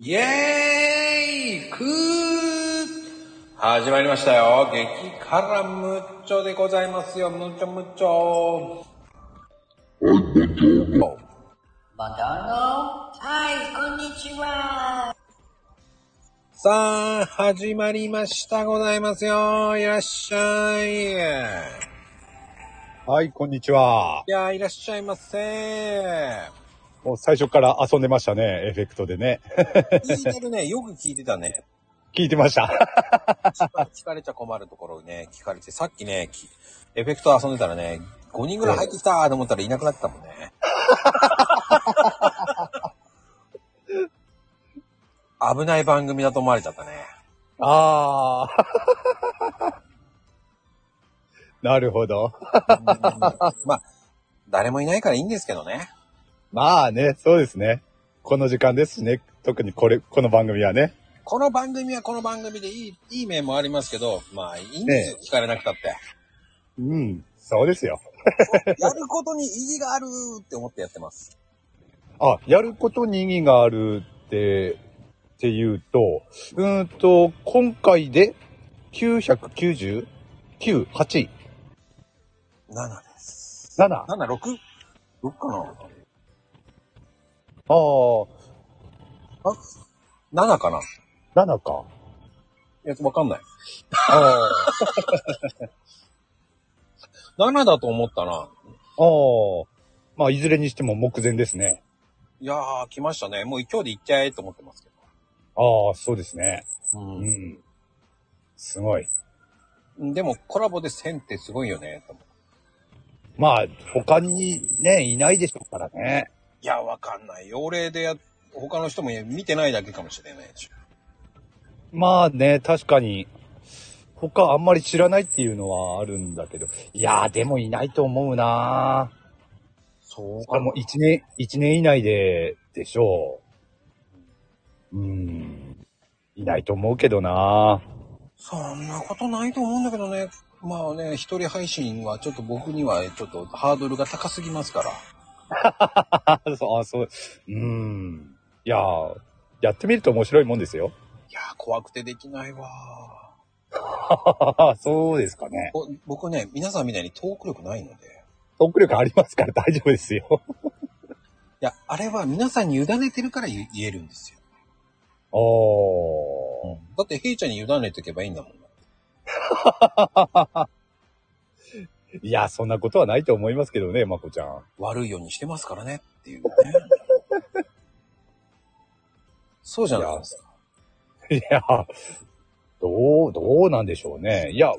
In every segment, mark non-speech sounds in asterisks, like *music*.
イエーイクー始まりましたよ。激辛ムッチョでございますよ。ムッチョムッチョ。バナナはい、こんにちは。さあ、始まりましたございますよ。いらっしゃい。いはい、こんにちは。や、いらっしゃいま *laughs* せ。もう最初から遊んでましたね、エフェクトでね。 *laughs* 聞いてるね。よく聞いてたね。聞いてました。 *laughs* 聞かれちゃ困るところをね、聞かれて、さっきね、きエフェクト遊んでたらね、5人ぐらい入ってきたーと思ったらいなくなってたもんね。危ない番組だと思われちゃったね。ああ。 *laughs* なるほど。まあ、誰もいないからいいんですけどね。まあね、そうですね。この時間ですしね。特にこれ、この番組はね。この番組はこの番組でいい、いい面もありますけど、まあ、いいんですよ、聞かれなくたって。うん、そうですよ。やることに意義があるって思ってやってます。あ、やることに意義があるって、っていうと、うーんと、今回で999、9、8、 7です。 7。あ 7?6? どっかなあー、 7かな7か。いや、わかんない。ああ。 7だと思ったな。ああ。まあ、いずれにしても目前ですね。いやー、来ましたね。もう今日で行っちゃえと思ってますけああ、そうですね。ど。う。うんすごい。ん。でも、コラボで1000ってすごいよね、と思うまあ、他にね、いないでしょうからね。いや、わかんない。用例でや、他の人も見てないだけかもしれないし。まあね、確かに、他あんまり知らないっていうのはあるんだけど。いやー、でもいないと思うなそうー。あ、もう一年、一年以内で、でしょう。うん。いないと思うけどなそんなことないと思うんだけどね。まあね、一人配信はちょっと僕にはちょっとハードルが高すぎますから。ー。そう、あ、そう。うん。いやー、やってみると面白いもんですよ。いやー、怖くてできないわそうですかねー。。ぼ僕ね、皆さんみたいにトーク力ないので。トーク力ありますから大丈夫ですよ。いや、あれは皆さんに委ねてるから言言えるんですよ。おー。だって、ヘイちゃんに委ねておけばいいんだもん。いや、そんなことはないと思いますけどね、まこちゃん。悪いようにしてますからねっていうね。 *laughs* そうじゃないですか。いや、どう、どうなんでしょうね。いや、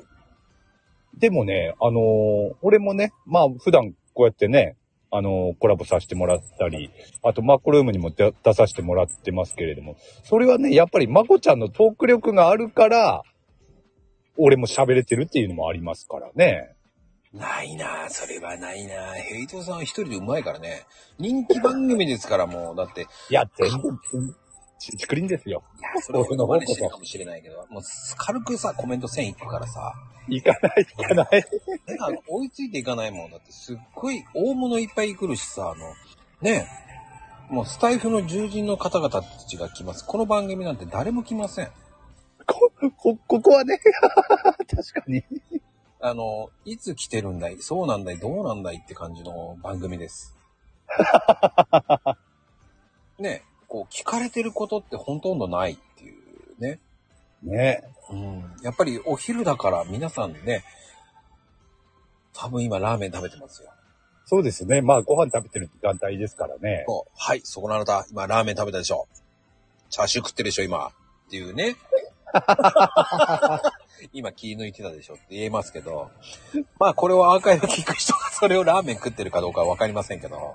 でもね、あのー俺もね、まあ普段こうやってね、あのーコラボさせてもらったり、あとマッコルームにも出出させてもらってますけれども、それはね、やっぱりまこちゃんのトーク力があるから、俺も喋れてるっていうのもありますからね。ないなぁ、それはないなぁ。ヘイトさんは一人でうまいからね。人気番組ですからもう、だって、いいや、全然、ち、ちくりんですよ。や、それは真似してるかもしれないけど、もう軽くさ、コメント1000いくからさ、行かない、行かない。手が追いついていかないもんだって、すっごい大物いっぱい来るしさ、あの、ねえ、もうスタイフの重人の方々たちが来ます。この番組なんて誰も来ません。こ、こ、ここはね、 *laughs* 確かに。あの、いつ来てるんだいそうなんだいどうなんだいって感じの番組です。ね、こう聞かれてることってほとんどないっていうね。ねうん。やっぱりお昼だから皆さんね、多分今ラーメン食べてますよ。そうですね。まあ、ご飯食べてる時間帯ですからね。そうはい、そこのあなた、今ラーメン食べたでしょ。チャーシュー食ってるでしょ、今。っていうね。 *laughs* 今気抜いてたでしょって言えますけど。まあこれをアーカイブ聞く人がそれをラーメン食ってるかどうかはわかりませんけど。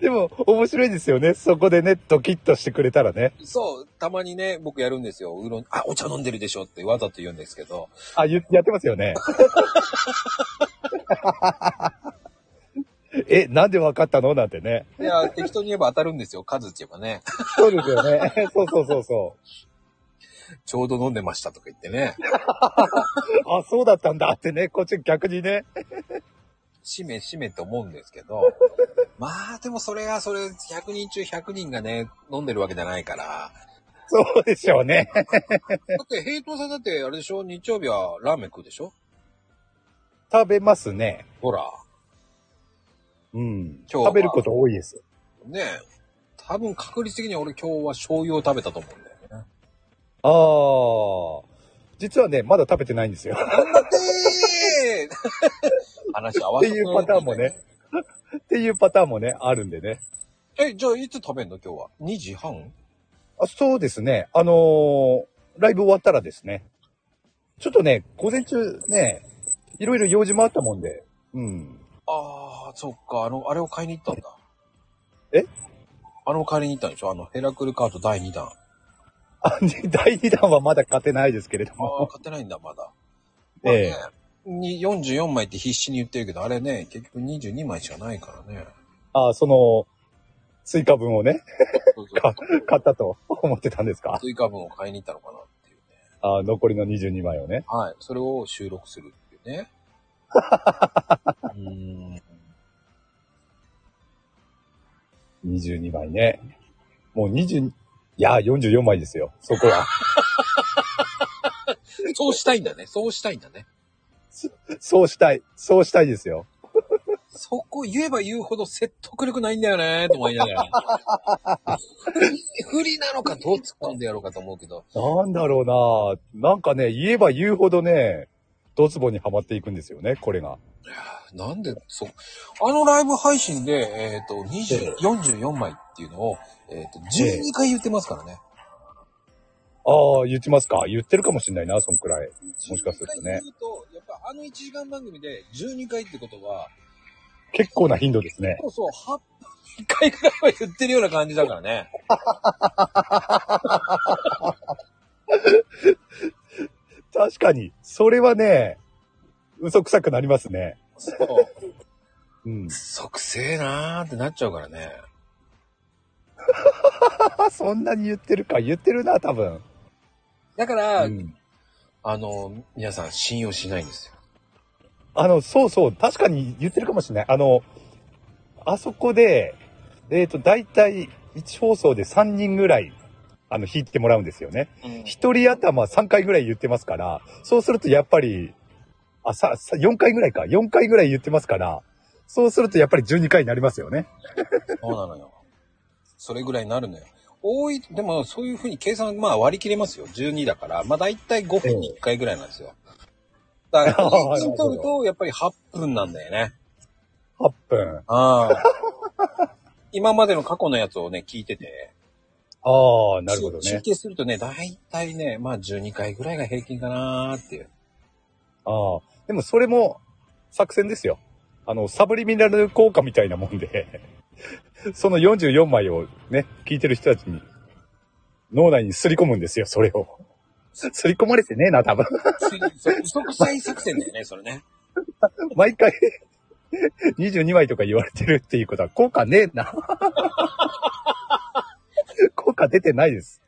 でも、面白いですよね。そこでね、ドキッとしてくれたらね。そう、たまにね、僕やるんですよ。うどん、あ、お茶飲んでるでしょってわざと言うんですけど。あ、言やってますよね。 *laughs* え、なんでわかったのなんてね。いや、適当に言えば当たるんですよ。数って言えばね。そうですよね。そうそうそうそちょうど飲んでましたとか言ってね。う。あ、そうだったんだってね。こっち逆にね。しめしめと思うんですけど。まあ、でもそれが、それ、100人中100人がね、飲んでるわけじゃないから。そうでしょうね。だって、平等さんだって、あれでしょ日曜日はラーメン食うでしょ食べますね。ほら、うん。今日は食べること多いです。ねえ。多分確率的に俺今日は醤油を食べたと思うんだよね。ああ。実はね、まだ食べてないんですよ。ええ話合わせっていうパターンもね。っていうパターンもね、あるんでね。え、じゃあいつ食べんの今日は。2時半あそうですね。あのーライブ終わったらですね。ちょっとね、午前中ね、いろいろ用事もあったもんで。うん。 *laughs* ああ、そっか。あの、あれを買いに行ったんだ。えあの買いに行ったんでしょあの、ヘラクルカート第2弾。あ、で第2弾はまだ買ってないですけれどああ、も。買ってないんだ、まだ。まあえね、に44枚って必死に言ってるけど、あれね、結局22枚しかないからね。あ、その、追加分をね、か買ったと *laughs* 思ってたんですか追加分を買いに行ったのかなっていうね。あ残りの22枚をね。はい。それを収録するっていう *laughs* ね。うーん。 22枚ね。もう20、いや、44枚ですよ。そこは。そうしたいんだね。そうしたいんだね。そうしたい。そうしたいですよ。そこ言えば言うほど説得力ないんだよね、と思いながら。不利 *laughs* 不利なのかどう突っ込んでやろうかと思うけど。なんだろうななんかね、言えば言うほどね、ドツボにはまっていくんですよね、これが。なんで、そう。あのライブ配信で、えっ、と、20 44枚っていうのを、えっ、と、12回言ってますからね。ああ、言ってますか言ってるかもしんないな、そんくらい。もしかすると12回ね言うと、やっぱあの1時間番組で12回ってことは、結構な頻度ですね。そうそう、8回くらいは言ってるような感じだからね。確かに、それはね、嘘くさくなりますね。そう。うん。 *laughs* 即せえなーってなっちゃうからね。あ、そんなに言ってるか。言ってるな、多分。だから、うんあの、皆さん信用しないんですよ。あの、そうそう、確かに言ってるかもしれない。あの、あそこで、えっ、と、大体、1放送で3人ぐらい、あの、弾いてもらうんですよね。1人頭3回ぐらい言ってますから、そうするとやっぱり、あ、さ、さ4回ぐらいか。4回ぐらい言ってますから、そうするとやっぱり12回になりますよね。そうなのよ。それぐらいになるのよ。多い、でもそういうふうに計算、まあ割り切れますよ。12だから。まあ大体5分に1回ぐらいなんですよ。だから、平均取ると、やっぱり8分なんだよね。 8分。あ *laughs* あ。今までの過去のやつをね、聞いてて。ああ、なるほど集ね。計するとね、大体ね、まあ12回ぐらいが平均かなーっていう。ああ。でもそれも作戦ですよ。あの、サブリミナル効果みたいなもんで、 *laughs* その44枚をね、聞いてる人たちに、脳内にすり込むんですよ、それを。すり込まれてねえな、多分。 *laughs* そう嘘くさい作戦だよね、それね。毎回、22枚とか言われてるっていうことは効果ねえな。 *laughs* 効果出てないです。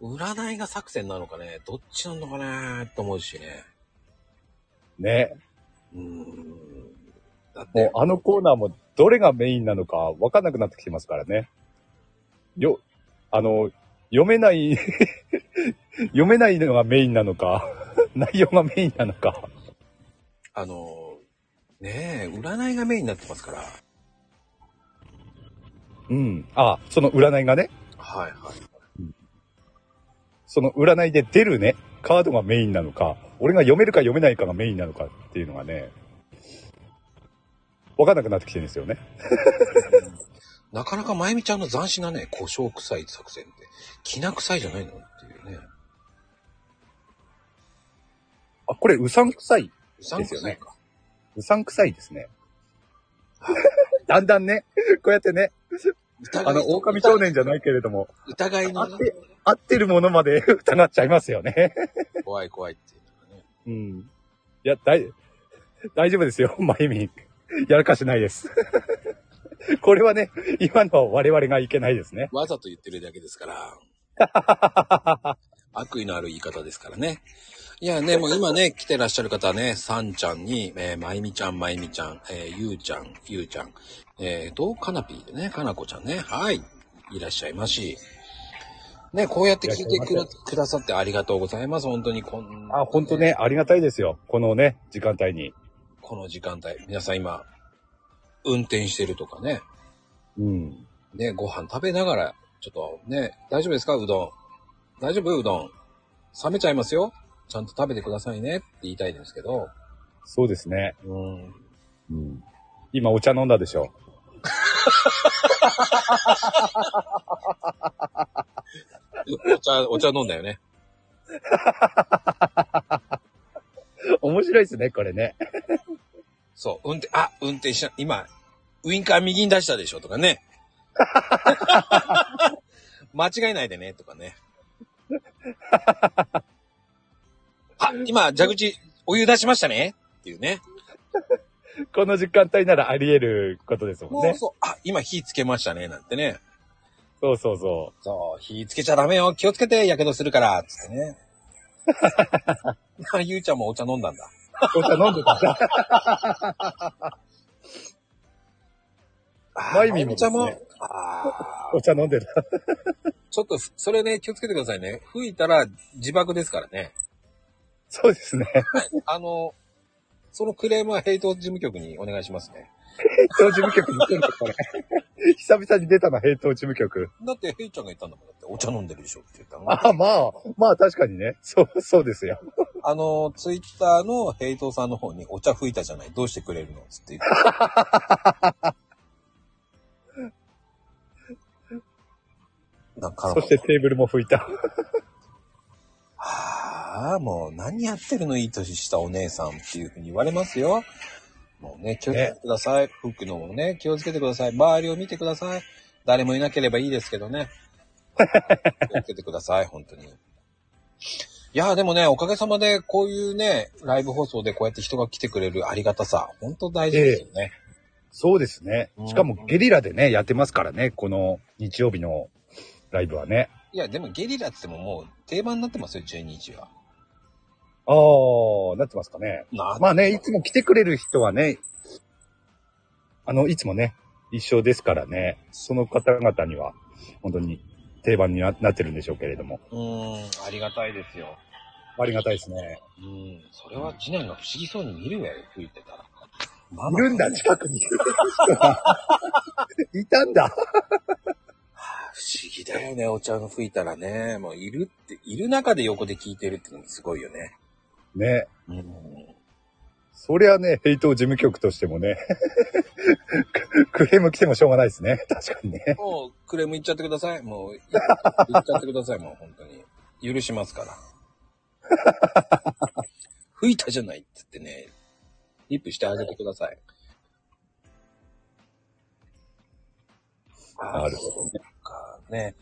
占いが作戦なのかね、どっちなのかなーと思うしね。ね。うーん。だっもうて、あのコーナーもどれがメインなのかわかんなくなってきてますからね。よ、あの、読めない、 *laughs* 読めないのがメインなのか、内容がメインなのか。あのー、ねえ、占いがメインになってますから。うん。あ、その占いがね、はいはい。その占いで出るね、カードがメインなのか、俺が読めるか読めないかがメインなのかっていうのがね、わかんなくなってきてるんですよね。なかなかまゆみちゃんの斬新なね、故障臭い作戦って、気な臭いじゃないのっていうね。あ、これうさんくさい。うさんくさいか。うさんくさいですね。 *laughs* だんだんね、こうやってね、あの、狼少年じゃないけれども、疑いのね、合ってるものまで *laughs* 疑っちゃいますよね。怖い怖いっていうのがね。うん。いや、大、大丈夫ですよ、まゆみん。やらかしないです。これはね、今のは我々がいけないですね。わざと言ってるだけですから。 *laughs* 悪意のある言い方ですからね。いやね、もう今ね、来てらっしゃる方はね、さんちゃんに、えーまゆみちゃん、まゆみちゃん、えーゆうちゃん、ゆうちゃん、えーと、カナピーでね、かなこちゃんね、はい、いらっしゃいまし。ね、こうやって聞いてくいらだっくださってありがとうございます。本当にこんあ、本当ね、ありがたいですよ。このね、時間帯に。この時間帯、皆さん今、運転してるとかね、うん。ね、ご飯食べながら、ちょっとね、大丈夫ですかうどん。大丈夫うどん。冷めちゃいますよ。ちゃんと食べてくださいねって言いたいですけど。そうですね。うん。うん。今お茶飲んだでしょ。お茶、お茶飲んだよね。面白いですね、これね。そう、運転、あ、運転しな、今、ウインカー右に出したでしょとか *laughs* ね。間違いないでね、とかね。 *laughs* あ、今、蛇口、お湯出しましたねっていうね。この時間帯ならあり得ることですもんそねう。そう、あ、今火つけましたね、なんてね。そうそうそそう、火つけちゃダメよ。気をつけて、火傷するから、つってね。 *laughs* ゆうちゃんもお茶飲んだんだ。う。お茶飲んで *laughs* た。あまゆみもお茶も。ですあーお茶飲んでた。ちょっと、それね、気をつけてくださいね。吹いたら自爆ですからね。そうですね。あの、そのクレームはヘイト事務局にお願いしますね。平等事務局に行くんだ、これ。 *laughs* 久々に出たな、平等事務局。だって、ヘイちゃんが言ったんだもん。だって、お茶飲んでるでしょって言ったの。あ、まあ、まあ確かにね。そう、そうですよ。あの、ツイッターのヘイトさんの方に、お茶吹いたじゃない。どうしてくれるのつって言 *laughs* って。なんかそしてテーブルも拭いた。はあ、もう何やってるのいい年したお姉さんっていうふうに言われますよ。もうね、気をつけてください。服のもね、気をつけてください。周りを見てください。誰もいなければいいですけど *laughs* ね。気をつけてください、本当に。いやーでもね、おかげさまで、こういうね、ライブ放送でこうやって人が来てくれるありがたさ、本当大事ですよね。そうですね。しかもゲリラでね、やってますからね。この日曜日のライブはね。いや、でもゲリラって言ってももう定番になってますよ、12日は。ああ、なってますかね。なまあね、いつも来てくれる人はね、あの、いつもね、一緒ですからね、その方々には、本当に定番にななってるんでしょうけれども。うーん、ありがたいですよ。ありがたいですね。うん、それは次男が不思議そうに見るわよ、吹いてたら。マいるんだ、近くに。人がいたんだ。不思議だよね、お茶の吹いたらね。もういるって、いる中で横で聞いてるってのもすごいよね。ね。うん。そりゃね、ヘイト事務局としてもね、クレーム来てもしょうがないですね。確かにね。もう、クレーム言っちゃってください。もう、い言っちゃってください、もう本当に。許しますから。吹いたじゃないって言ってね、リップしてあげてください。あなるほどね。かね、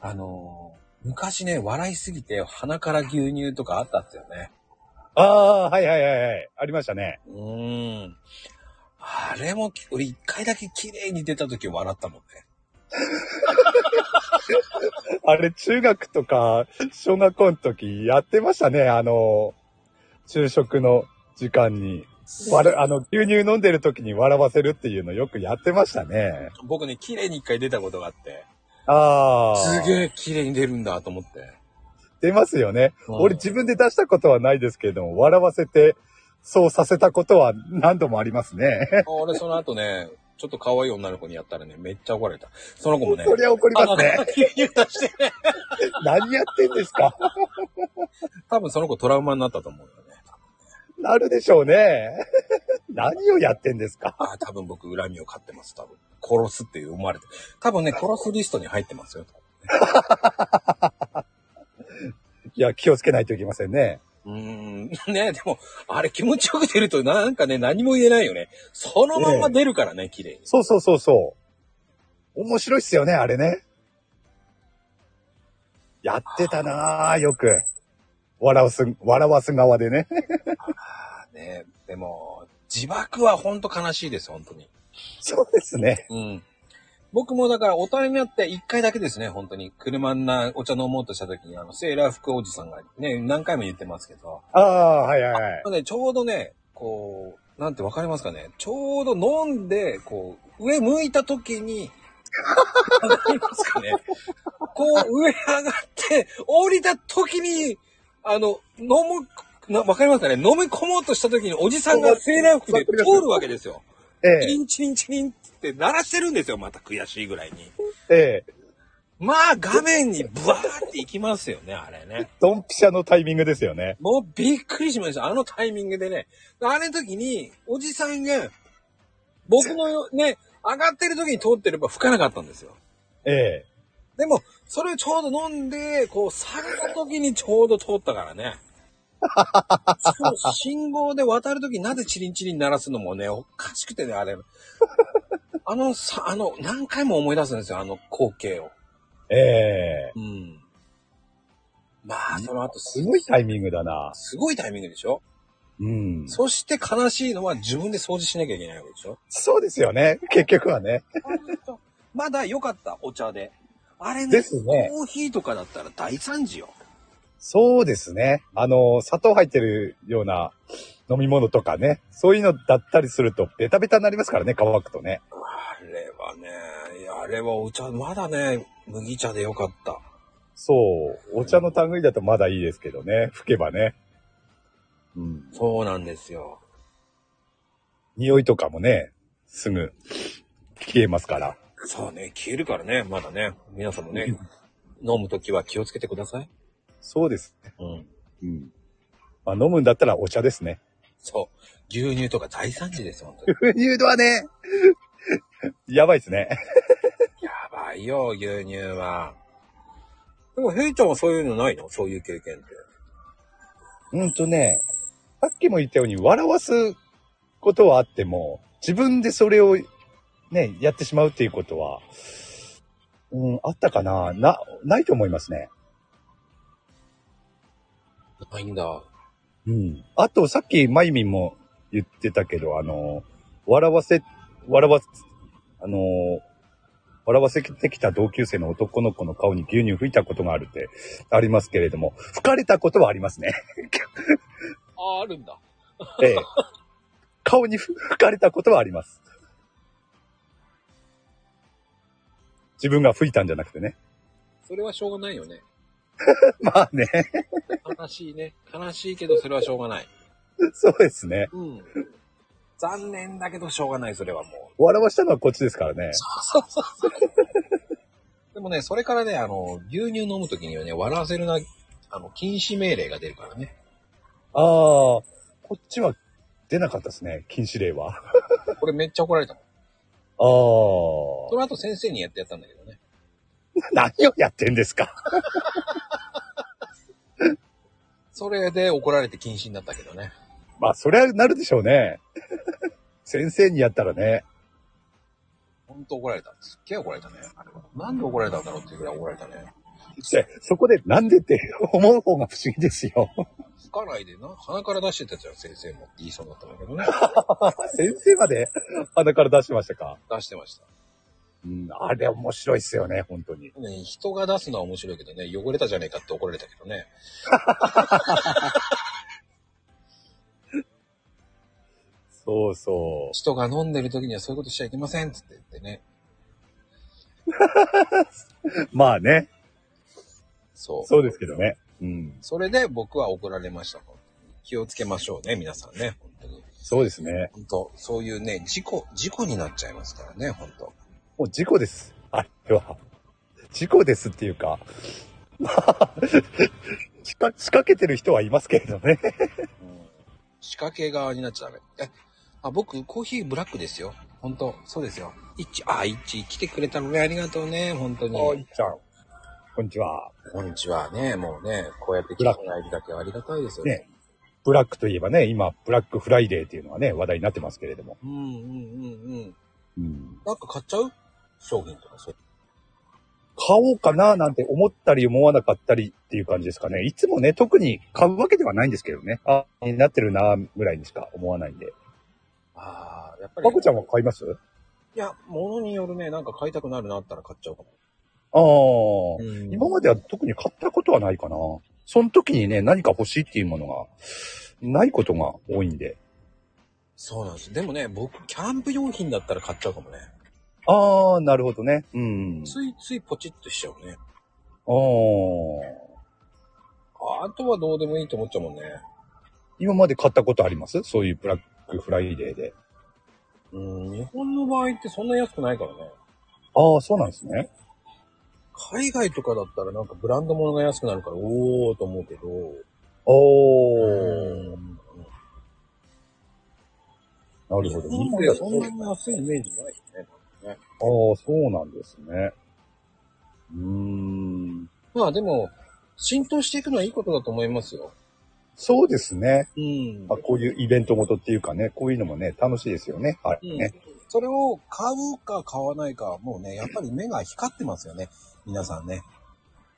あのー昔ね、笑いすぎて鼻から牛乳とかあったっすよね。ああ、はいはいはいはい。ありましたね。うーん。あれもき、俺一回だけ綺麗に出た時笑ったもんね。あれ、中学とか、小学校の時、やってましたね。あの、昼食の時間に。わらあの、牛乳飲んでる時に笑わせるっていうのよくやってましたね。僕ね、綺麗に一回出たことがあって、ああ。すげえ。え綺麗に出るんだと思って。出ますよね。うん俺自分で出したことはないですけれども、笑わせて、そうさせたことは何度もありますね。俺その後ね、ちょっと可愛い女の子にやったらね、めっちゃ怒られた。その子もね、そりゃ怒りあまのすね。牛乳出してね、何やってんですか。多分その子トラウマになったと思うよね。なるでしょうね。 *laughs* 何をやってんですか。ああ、多分僕恨みを買ってます、多分。殺すって思われて。多分ね、殺すリストに入ってますよ。いや、気をつけないといけませんね。うーん、ねでも、あれ気持ちよく出るとなんかね、何も言えないよね。そのまま出るからね、綺麗に。そうそうそうそう。面白いっすよね、あれね。やってたなぁ、よく。笑わす、笑わす側でね。ねでも、自爆はほんと悲しいです、本当に。そうですね。うん。僕もだから大人になって一回だけですね、本当に。車んなお茶飲もうとした時に、あの、セーラー服おじさんがね、何回も言ってますけど。ああ、はいはいはい。ね、ちょうどね、こう、なんてわかりますかね。ちょうど飲んで、こう、上向いた時に、わかりますかね。こう、上上がって、降りた時に、あの、飲む、なわかりますかね飲み込もうとした時に、おじさんがセーラー服で通るわけですよ。チえリンチリンチリンって鳴らせるんですよ。また悔しいぐらいに。え、ええ、まあ、画面にブワーっていきますよね、あれね。ドンピシャのタイミングですよね。もうびっくりしました。あのタイミングでね。あれの時に、おじさんが、僕のよね、上がってる時に通ってれば吹かなかったんですよ。ええ。でも、それをちょうど飲んで、こう、下げた時にちょうど通ったから *laughs* ね。しかも信号で渡る時なぜチリンチリン鳴らすのもね、おかしくてね、あれ。 *laughs* あの、さ、あの、何回も思い出すんですよ、あの光景を。ええ。うん。まあ、その後すすごい、ごいタイミングだな。すごいタイミングでしょうん。そそして悲しいのは自分で掃除しなきゃいけないわけでしょうですよね。結局はね。 *laughs* まだ良かった、お茶で。あれね、ですねコーヒーとかだったら大惨事よ。そうですね。あの、砂糖入ってるような飲み物とかね。そういうのだったりすると、ベタベタになりますからね、乾くとね。あれはね、いやあれはお茶、まだね、麦茶で良かった。そう。お茶の類だとまだいいですけどね。吹けばね。うん。そうなんですよ。匂いとかもね、すぐ消えますから。そうね、消えるからね、まだね。皆さんもね、飲むときは気をつけてください。そうです。うん。うん。まあ、飲むんだったらお茶ですね。そう。牛乳とか大惨事です、本当に。牛乳はね、やばいですね。やばいよ、牛乳は。でも、ヘイちゃんはそういうのないのそういう経験って。うんとね、さっきも言ったように笑わすことはあっても、自分でそれをね、やってしまうっていうことは、うん、あったかなな、ないと思いますね。ないんだ。うん。あと、さっき、まゆみんも言ってたけど、あの、笑わせ、笑わせ、あの、笑わせてきた同級生の男の子の顔に牛乳吹いたことがあるってありますけれども、吹かれたことはありますね。あ、あるんだ。ええ。顔に吹かれたことはあります。自分が吹いたんじゃなくてね。 *laughs* それはしょうがないよね。まあね、悲しいね。悲しいけど、それはしょうがない。そうですね。うん。残念だけど、しょうがない、それはもう。笑わしたのはこっちですからね。そうそうそう。でもね、それからね、あの、牛乳飲むときにはね、笑わせるな、あの、禁止命令が出るからね。ああ、こっちは出なかったですね、禁止令は。これめっちゃ怒られたもん。あそ *laughs* あ。の後先生にやってやったんだけどね。何をやってんですか *laughs* それで怒られて禁止になったけどね。まあ、そりゃなるでしょうね。 *laughs* 先生にやったらね。ほんと怒られた。すっげえ怒られたね。あれは。なんで怒られたんだろうっていうぐらい怒られたね。でそこでなんでって思う方が不思議ですよ。 *laughs* つかないでな、鼻から出してたじゃん、先生もって言いそうになったんだけどね。先生まで鼻から出してましたか出してました。うん、あれ面白いっすよね、本当に。ね、人が出すのは面白いけどね、汚れたじゃねえかって怒られたけどね。そうそ人が飲んでる時にはそういうことしちゃいけませんっつって言ってね。う。まあね、そう。そうですけどね。うん、それで僕は怒られました。気をつけましょうね、皆さんね。本当に。そうですね。本当、そういうね、事故、事故になっちゃいますからね、本当。もう事故です。あれは。事故ですっていうか、 *laughs* まあ、仕掛仕掛けてる人はいますけれどね。仕掛け側になっちゃダメ。え、あ、僕、コーヒーブラックですよ。本当、そうですよ。いっち、あ、いっち、来てくれたのね、ありがとうね、本当に。おいっちゃん。こんにちは。こんにちはね、もうね、こうやって来てもらえるだけはありがたいですよねね。ブラックといえばね、今、ブラックフライデーっていうのがね、話題になってますけれども。うんうんうんうん。うん、なんか買っちゃう商品とかそう。買おうかななんて思ったり思わなかったりっていう感じですかね。いつもね、特に買うわけではないんですけどね。あ、になってるなぐらいにしか思わないんで。ああ、やっぱり。パコちゃんは買いますいや、物によるね、なんか買いたくなるなったら買っちゃうかも。ああ、うん今までは特に買ったことはないかな。その時にね、何か欲しいっていうものが、ないことが多いんで。そうなんです。でもね、僕、キャンプ用品だったら買っちゃうかもね。ああ、なるほどね。うん。ついついポチッとしちゃうね。ああ。あとはどうでもいいと思っちゃうもんね。今まで買ったことありますそういうブラックフライデーで。うん、日本の場合ってそんな安くないからね。ああ、そうなんですね。海外とかだったらなんかブランド物が安くなるから、おーと思うけど。おうー。ん。なるほ日ど。日本本ででははそそんんななに安いイメージないよね。ああ、そうなんですね。うーん。まあでも、浸透していくのはいいことだと思いますよ。そうですね。うんまあ、こういうイベントごとっていうかね、こういうのもね、楽しいですよね。はい。ね。それを買うか買わないかはもうね、やっぱり目が光ってますよね。皆さんね。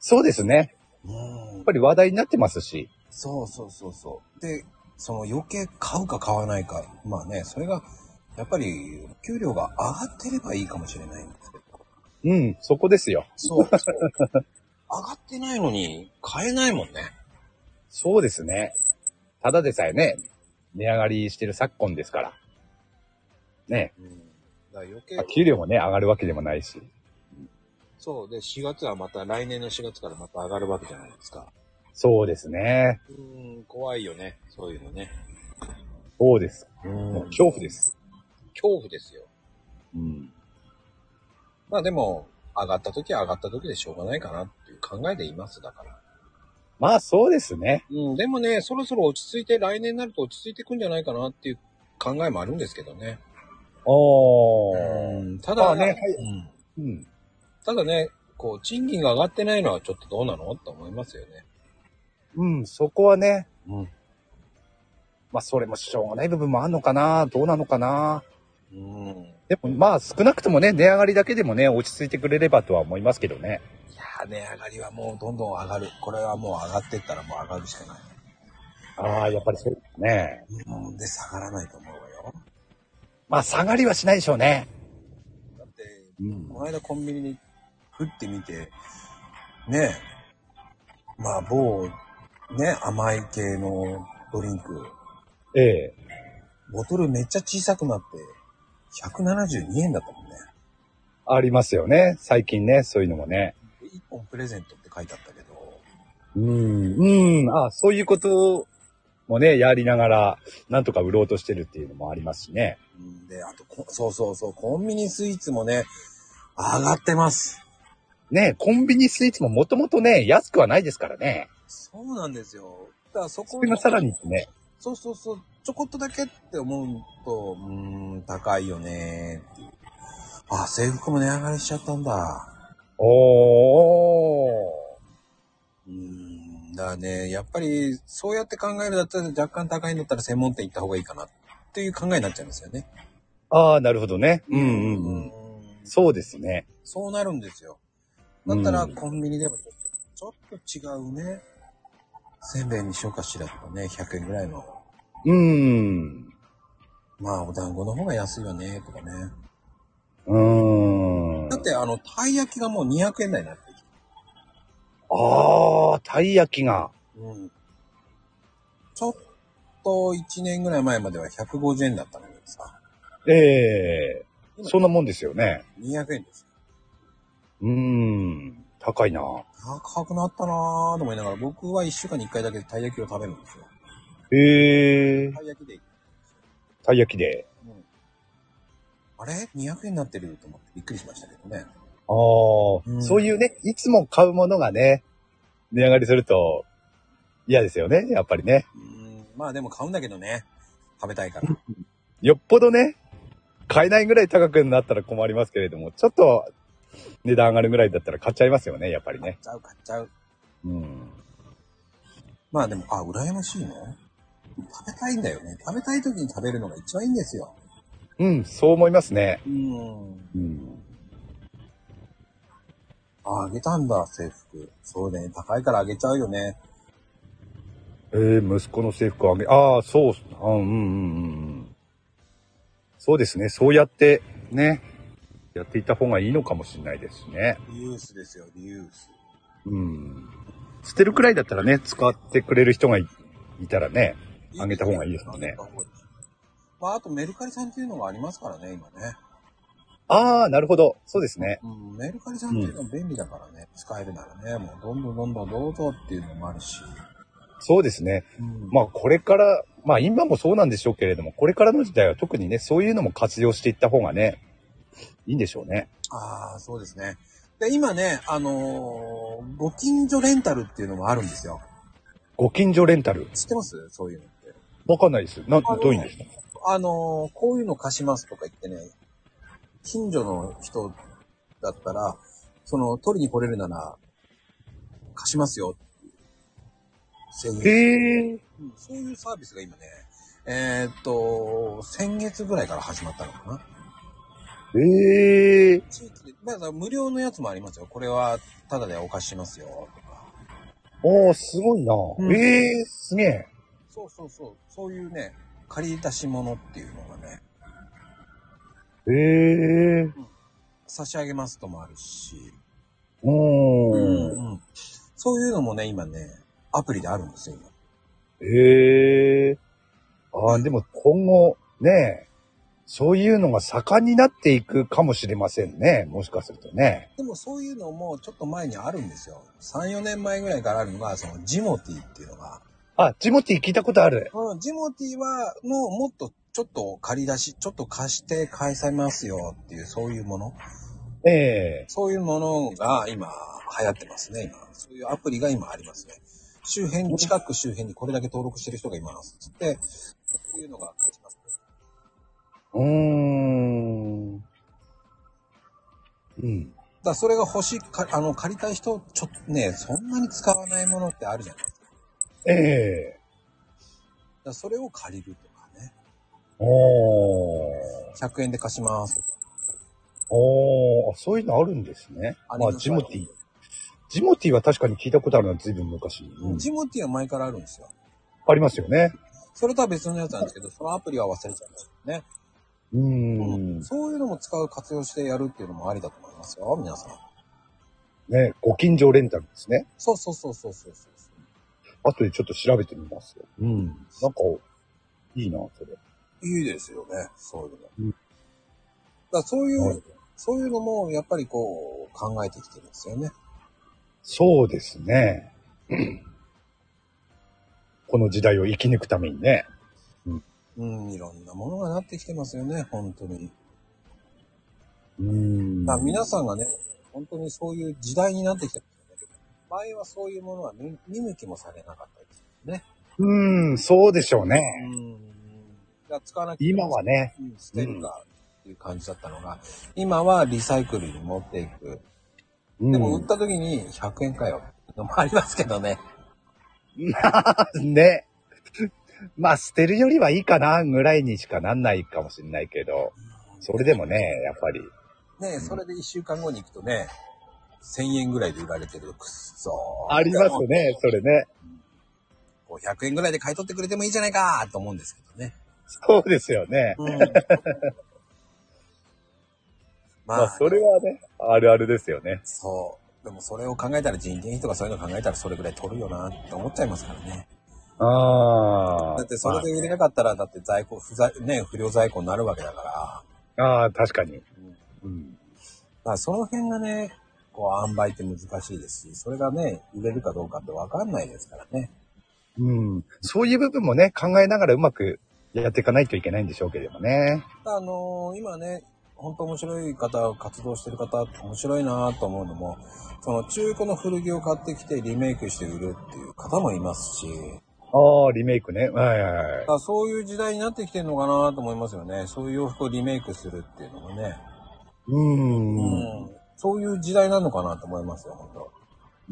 そうですね。うんやっ。ぱり話題になってますし。そうそうそうそう。で、その余計買うか買わないか。まあね、それが、やっぱり、給料が上がってればいいかもしれないんですけど。うん、そこですよ。そう *laughs* そう。上がってないのに、買えないもんね。そうですね。ただでさえね、値上がりしてる昨今ですから。ね。うん。だから余計まあ、給料もね、上がるわけでもないし。そう。で、4月はまた、来年の4月からまた上がるわけじゃないですか。そうですね。うん、怖いよね。そういうのね。そうです。うもうん恐恐怖です。怖ですよ。うん。まあでも、上がった時は上がった時でしょうがないかなっていう考えでいます、だから。まあ、そうですね。うん、でもね、そろそろ落ち着いて、来年になると落ち着いてくんじゃないかなっていう考えもあるんですけどね。おー。うん、たまだあね、はね、い。うん、うん。ただね、こう、賃金が上がってないのはちょっとどうなのと思いますよね。うん、そこはね、うん。まあ、それもしょうがない部分もあんのかなどうなのかなうん。でも、まあ、少なくともね、値上がりだけでもね、落ち着いてくれればとは思いますけどね。いやー、値上がりはもうどんどん上がる。これはもう上がってったらもう上がるしかない。ああ、やっぱりそうですね。うん、で、下がらないと思うわよ。まあ、下がりはしないでしょうね。だって、うんこの間コンビニに振ってみて、ねえ、まあ某、ね、甘い系のドリンク、ええ。ボトルめっちゃ小さくなって、172円だったもんね。ありますよね。最近ね、そういうのもね。 1本プレゼントって書いてあったけど、うん。うん。あそういうこともね、やりながら、なんとか売ろうとしてるっていうのもありますしね。うんで、あとこ、そうそうそう、コンビニスイーツもね、上がってます。ね、コンビニスイーツももともとね、安くはないですからね。そうなんですよ。だからそそこれがさらにね、そうそうそう、ちょこっとだけって思うと、うーん、高いよねーっていう。あ、制服も値上がりしちゃったんだ。おー。うーん、だからね、やっぱり、そうやって考えるだったら若干高いんだったら専門店行った方がいいかなっていう考えになっちゃいますよね。ああ、なるほどね。うんううんうんん。そうですね。そうなるんですよ。だったらうんコンビニでもちょっとちょっと違うね、せんべいにしようかしらとかね、100円ぐらいの。うーん。まあ、お団子の方が安いよね、とかね。うーん。だって、あの、たい焼きがもう200円台になってるああ、たい焼きが。うんちょっと1年ぐらい前までは150円だったのにさ、ええそんなもんですよね。 200円です。うーん。高いな。高くなったなぁと思いながら、僕は1週間に1回だけたい焼きを食べるんですよ。ええたい焼きで、たい焼きで。うんあれ ?200 円になってると思ってびっくりしましたけどね。ああ、うんそういうね、いつも買うものがね、値上がりすると嫌ですよね、やっぱりね。うん、まあでも買うんだけどね。食べたいから。よっぽどね、買えないぐらい高くなったら困りますけれども、ちょっと値段上がるぐらいだったら買っちゃいますよね、やっぱり買っね。ちゃう、買っちゃう。うん。まあでも、あ、羨ましいね。食べたいんだよね。食べたい時に食べるのが一番いいんですよ。うん、そう思いますね。うん。うん。あ、あげたんだ、制服。そうね、高いからあげちゃうよね。えー、息子の制服をあげ、ああ、そう、あうんうんうんうん。そうですね、そうやって、ね、やっていた方がいいのかもしれないですしね。リユースですよ、リユース。うん。捨てるくらいだったらね、使ってくれる人がいいたらね、あげた方がいいですよねあげた方がいいまあ、あとメルカリさんっていうのがありますからね、今ね。ああ、なるほど。そうですね。うん、メルカリさんっていうのは便利だからね、使えるならね、もうどんどんどんどんどうぞっていうのもあるし。そうですね。うんまあ、これから、まあ、今もそうなんでしょうけれども、これからの時代は特にね、そういうのも活用していった方がね、いいんでしょうね。ああ、そうですね。で、今ね、あのーご近所レンタルっていうのもあるんですよ。ご近所レンタル。知ってますそういうのって。わかんないです。な、あのどういうんですかあのーこういうの貸しますとか言ってね、近所の人だったら、その、取りに来れるなら、貸しますよっていう制限へえ。うんそういうサービスが今ね、えーっと、先月ぐらいから始まったのかな。ええ。地域で、まだ無料のやつもありますよ。これは、ただでお貸ししますよ、とか。おー、すごいな。うんええ、すげえ。そうそうそう、そういうね、借り出し物っていうのがね、ええ。差し上げますともあるし、うーん。うんそういうのもね、今ね、アプリであるんですよ、今。ええ。ああ、でも今後、ね、そういうのが盛んになっていくかもしれませんね。もしかするとね。でもそういうのもちょっと前にあるんですよ。3、4年前ぐらいからあるのが、そのジモティっていうのが、あ、ジモティ聞いたことある。このジモティは、の、もっとちょっと借り出し、ちょっと貸して返されますよっていう、そういうもの。ええ。そういうものが今流行ってますね、今。そういうアプリが今ありますね。周辺、近く周辺にこれだけ登録してる人がいます。つって、こういうのが書いてます。うーん。うん。だからそれが欲しい、かあの、借りたい人、ちょっとね、そんなに使わないものってあるじゃないですか。だかええらそれを借りるとかね。おー。 100円で貸しますとか。おー。あそういうのあるんですね。ありままあ、すジモティ。ジモティは確かに聞いたことあるのは随分昔。うんジモティは前からあるんですよ。ありますよね。それとは別のやつなんですけど、そのアプリは忘れちゃうんですよね。うーん。そういうのも使う、活用してやるっていうのもありだと思いますよ、皆さん。ね、ご近所レンタルですね。そうそうそうそうそうそうそう。後でちょっと調べてみますよ。うん。なんか、いいな、それ。いいですよね、そういうの。うんだからそういう、はいそういうのも、やっぱりこう、考えてきてるんですよね。そうですね。この時代を生き抜くためにね。うん、いろんなものがなってきてますよね、本当に。うーんまあ、皆さんがね、本当にそういう時代になってきてますよね。前はそういうものは見見向きもされなかったですよね。うーん、そうでしょうね。うん。じゃあ使わなきゃ今はね、うん捨てるかっていう感じだったのが、今はリサイクルに持っていく。うんでも売った時に100円かよっていうのもありますけどね。ね。まあ、捨てるよりはいいかな、ぐらいにしかなんないかもしれないけど、それでもね、やっぱり。ねえ、それで一週間後に行くとね、1000円ぐらいで売られてる。くっそーあります。ね、それね。 500円ぐらいで買い取ってくれてもいいじゃないかと思うんですけどね。そうですよね。うん *laughs* ままあ、あ、それはね、あるあるですよね。そう。でもそれを考えたら人件費とかそういうの考えたらそれぐらい取るよなって思っちゃいますからね。ああ。だってそれで売れなかったら、だって在庫、不在、ね、不良在庫になるわけだから。ああ、確かに。うんうん。まあ、その辺がね、こう、塩梅って難しいですし、それがね、売れるかどうかってわかんないですからね。うん。そういう部分もね、考えながらうまくやっていかないといけないんでしょうけれどもね。あのー今ね、本当面白い方、活動してる方、面白いなと思うのも、その中古の古着を買ってきてリメイクして売るっていう方もいますし、ああ、リメイクね。はいはいはいだ。からそういう時代になってきてるのかなと思いますよね。そういう洋服をリメイクするっていうのもね。う。うんそういう時代なのかなと思いますよ、本当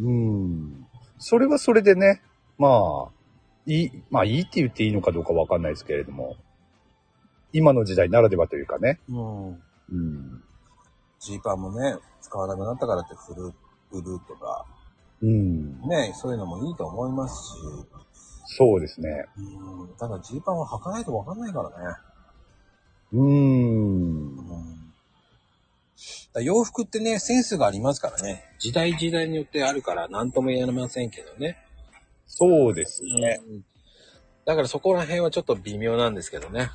うん。それはそれでね、まあ、いい、まあいいって言っていいのかどうかわかんないですけれども、今の時代ならではというかね。うん。うん。ジーパンもね、使わなくなったからって振る、売るとか、うん。ね、そういうのもいいと思いますし、そうですね。うん、ただジーパンは履かないとわかんないからね。うんう。ん、だ洋服ってね、センスがありますからね。時代時代によってあるから何とも言えませんけどね。そうですね。うんだからそこら辺はちょっと微妙なんですけどね。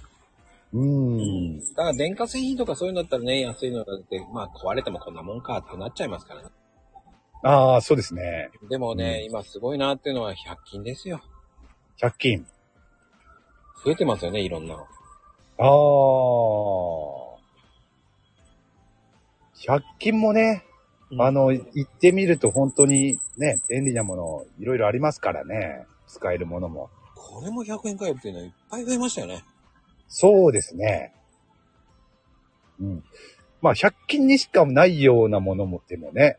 うん。だから電化製品とかそういうのだったらね、安いのだって、まあ壊れてもこんなもんかってなっちゃいますからね。ああ、そうですね。でもね、うん今すごいなっていうのは100均ですよ。 100均。増えてますよね、いろんなの。ああ。100均もね、あの、行ってみると本当にね、便利なものいろいろありますからね。使えるものも。これも100円買えるっていうのはいっぱい増えましたよね。そうですね。うん。まあ、100均にしかないようなものもでもね、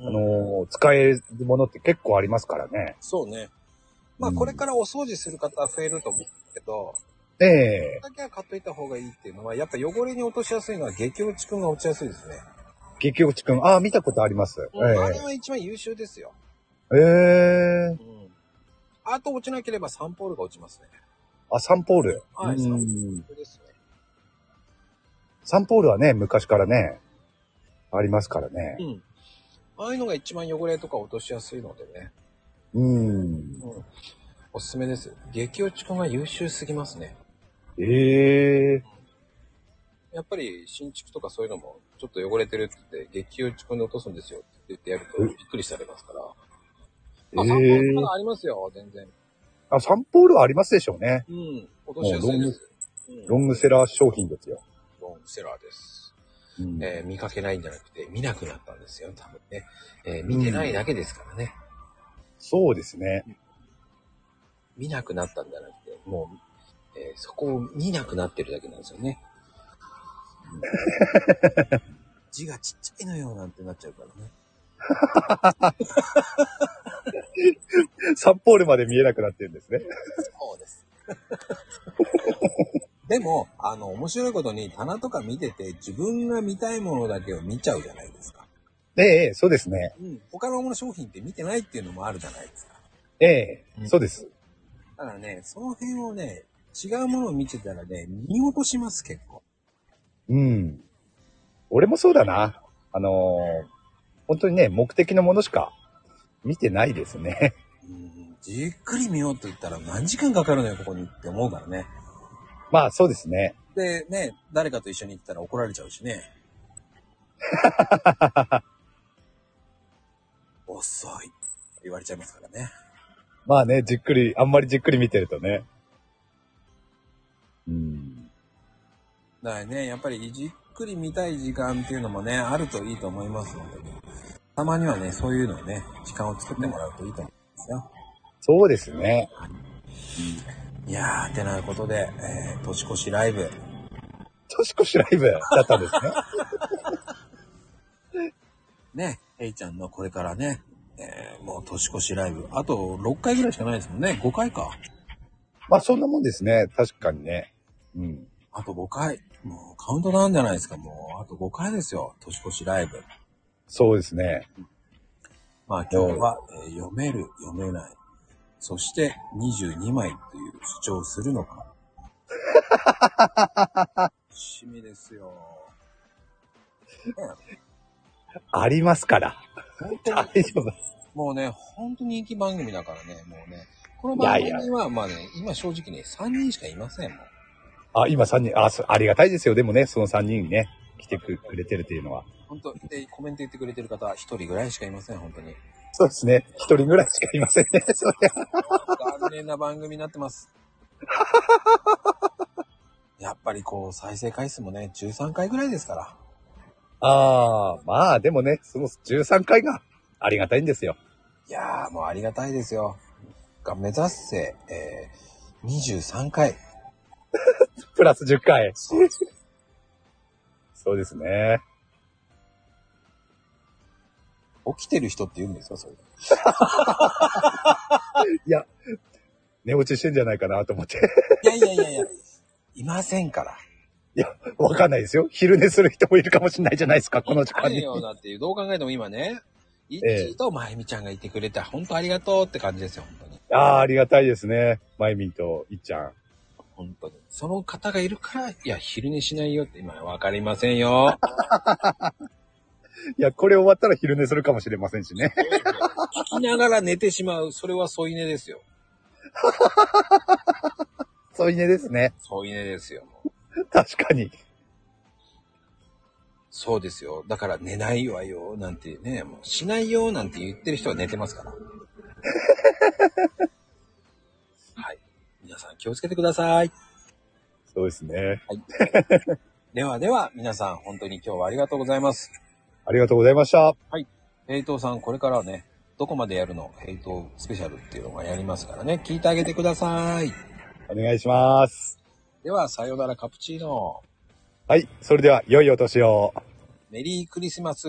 あうんのー使えるものって結構ありますからね。そうね。まあうんこれからお掃除する方は増えると思うけど、ええだけは買っといた方がいいっていうのは、やっぱ汚れに落としやすいのは激落ちくんが落ちやすいですね。激落ちくん。ああ、見たことあります。えあれは一番優秀ですよ。えええうん。あと落ちなければサンポールが落ちますね。あ、サンポール。はい、サうンん。ポールですね。サンポールはね、昔からね、ありますからね。うん。ああいうのが一番汚れとか落としやすいのでね。うん。うん。おすすめです。激落ちくんが優秀すぎますね。ええやっぱり新築とかそういうのも、ちょっと汚れてるって言って、激落ちくんで落とすんですよって言ってやるとびっくりされますから。あ、サンポーええルまだありますよ、全然。あ、サンポールはありますでしょうね。うん。落としやすいです。うんロングセラー商品ですよ。ロングセラーです。うんえー見かけないんじゃなくて、見なくなったんですよ、多分ね。えー見てないだけですからね。そうですね。見なくなったんじゃなくて、もう、えーそこを見なくなってるだけなんですよね。字がちっちゃいのよ、なんてなっちゃうからね。サンポールまで見えなくなってるんですね。そうです。 *laughs* でも、あの、面白いことに棚とか見てて、自分が見たいものだけを見ちゃうじゃないですか。ええええそうですね。うん。他のもの商品って見てないっていうのもあるじゃないですか。ええうんそうです。だからね、その辺をね、違うものを見てたらね、見落とします、結構。うん。俺もそうだな。あのー本当にね、目的のものしか見てないですね。 *laughs* うん。じっくり見ようって言ったら何時間かかるのよ、ここにって思うからね。まあ、そうですね。で、ね、誰かと一緒に行ったら怒られちゃうしね。遅いって言われちゃいますからね。まあね、じっくり、あんまりじっくり見てるとね。うん。だからね、やっぱりじっくり見たい時間っていうのもね、あるといいと思いますので、たまにはね、そういうのをね、時間を作ってもらうといいと思いますよ。そうですね。いやー、てなことで、えー、年越しライブ、年越しライブだった *laughs* んですね。ね、ヘイちゃんのこれからね、えー、もう年越しライブ、あと6回ぐらいしかないですもんね、5回か。まあ、そんなもんですね。確かにね。うん。あと5回。もうカウントダウンじゃないですか、もう。あと5回ですよ、年越しライブ。そうですね。まあ今日は、えー読める、読めない。そして22枚っていう主張をするの *laughs* か。楽しみですよ。ありますから。 *laughs* 本当に大、丈夫。もうね、本当に人気番組だからね、もうね。このいや番いや組は、まあね、今正直ね、3人しかいませんもん。あ、今3人、あ、そありがたいですよ。でもね、その3人ね、来てくくれてるというのは。本当で、コメント言ってくれてる方は1人ぐらいしかいません、本当に。そうですね。一人ぐらいしかいませんね。 *laughs* そりゃ残念な番組になってます。 *laughs* やっぱりこう、再生回数もね、13回ぐらいですから。ああ、まあでもね、その13回がありがたいんですよ。いやー、もうありがたいですよ。が目指せ、えー、23回。プラス10回。そうそうですね。起きてる人って言うんですか、それ。寝落ちしてんじゃないかなと思って。 *laughs* いやいやいやいや、いませんから。わかんないですよ。昼寝する人もいるかもしれないじゃないですか、この時間彼に。よ、だっていう、どう考えても今ね、いっちええーとまゆみちゃんがいてくれて、本当ありがとうって感じですよ、本当に。ああ、ありがたいですね。まゆみんといっちゃん。本当に。その方がいるから、いや、昼寝しないよって今、わかりませんよ。いや、これ終わったら昼寝するかもしれませんしね。聞きながら寝てしまう。それは添い寝ですよ。添い寝ですね。添い寝ですよ。もう確かに。そうですよ。だから寝ないわよ、なんてね、もうしないよ、なんて言ってる人は寝てますから。はい。皆さん気をつけてください。そうですね。ではでは、皆さん本当に今日はありがとうございます。ありがとうございました。平等さん、これからはね、どこまでやるの平等スペシャルっていうのがやりますからね、聞いてあげてください。お願いします。では、さようならカプチーノ。はい。それでは、良いお年を。メリークリスマス。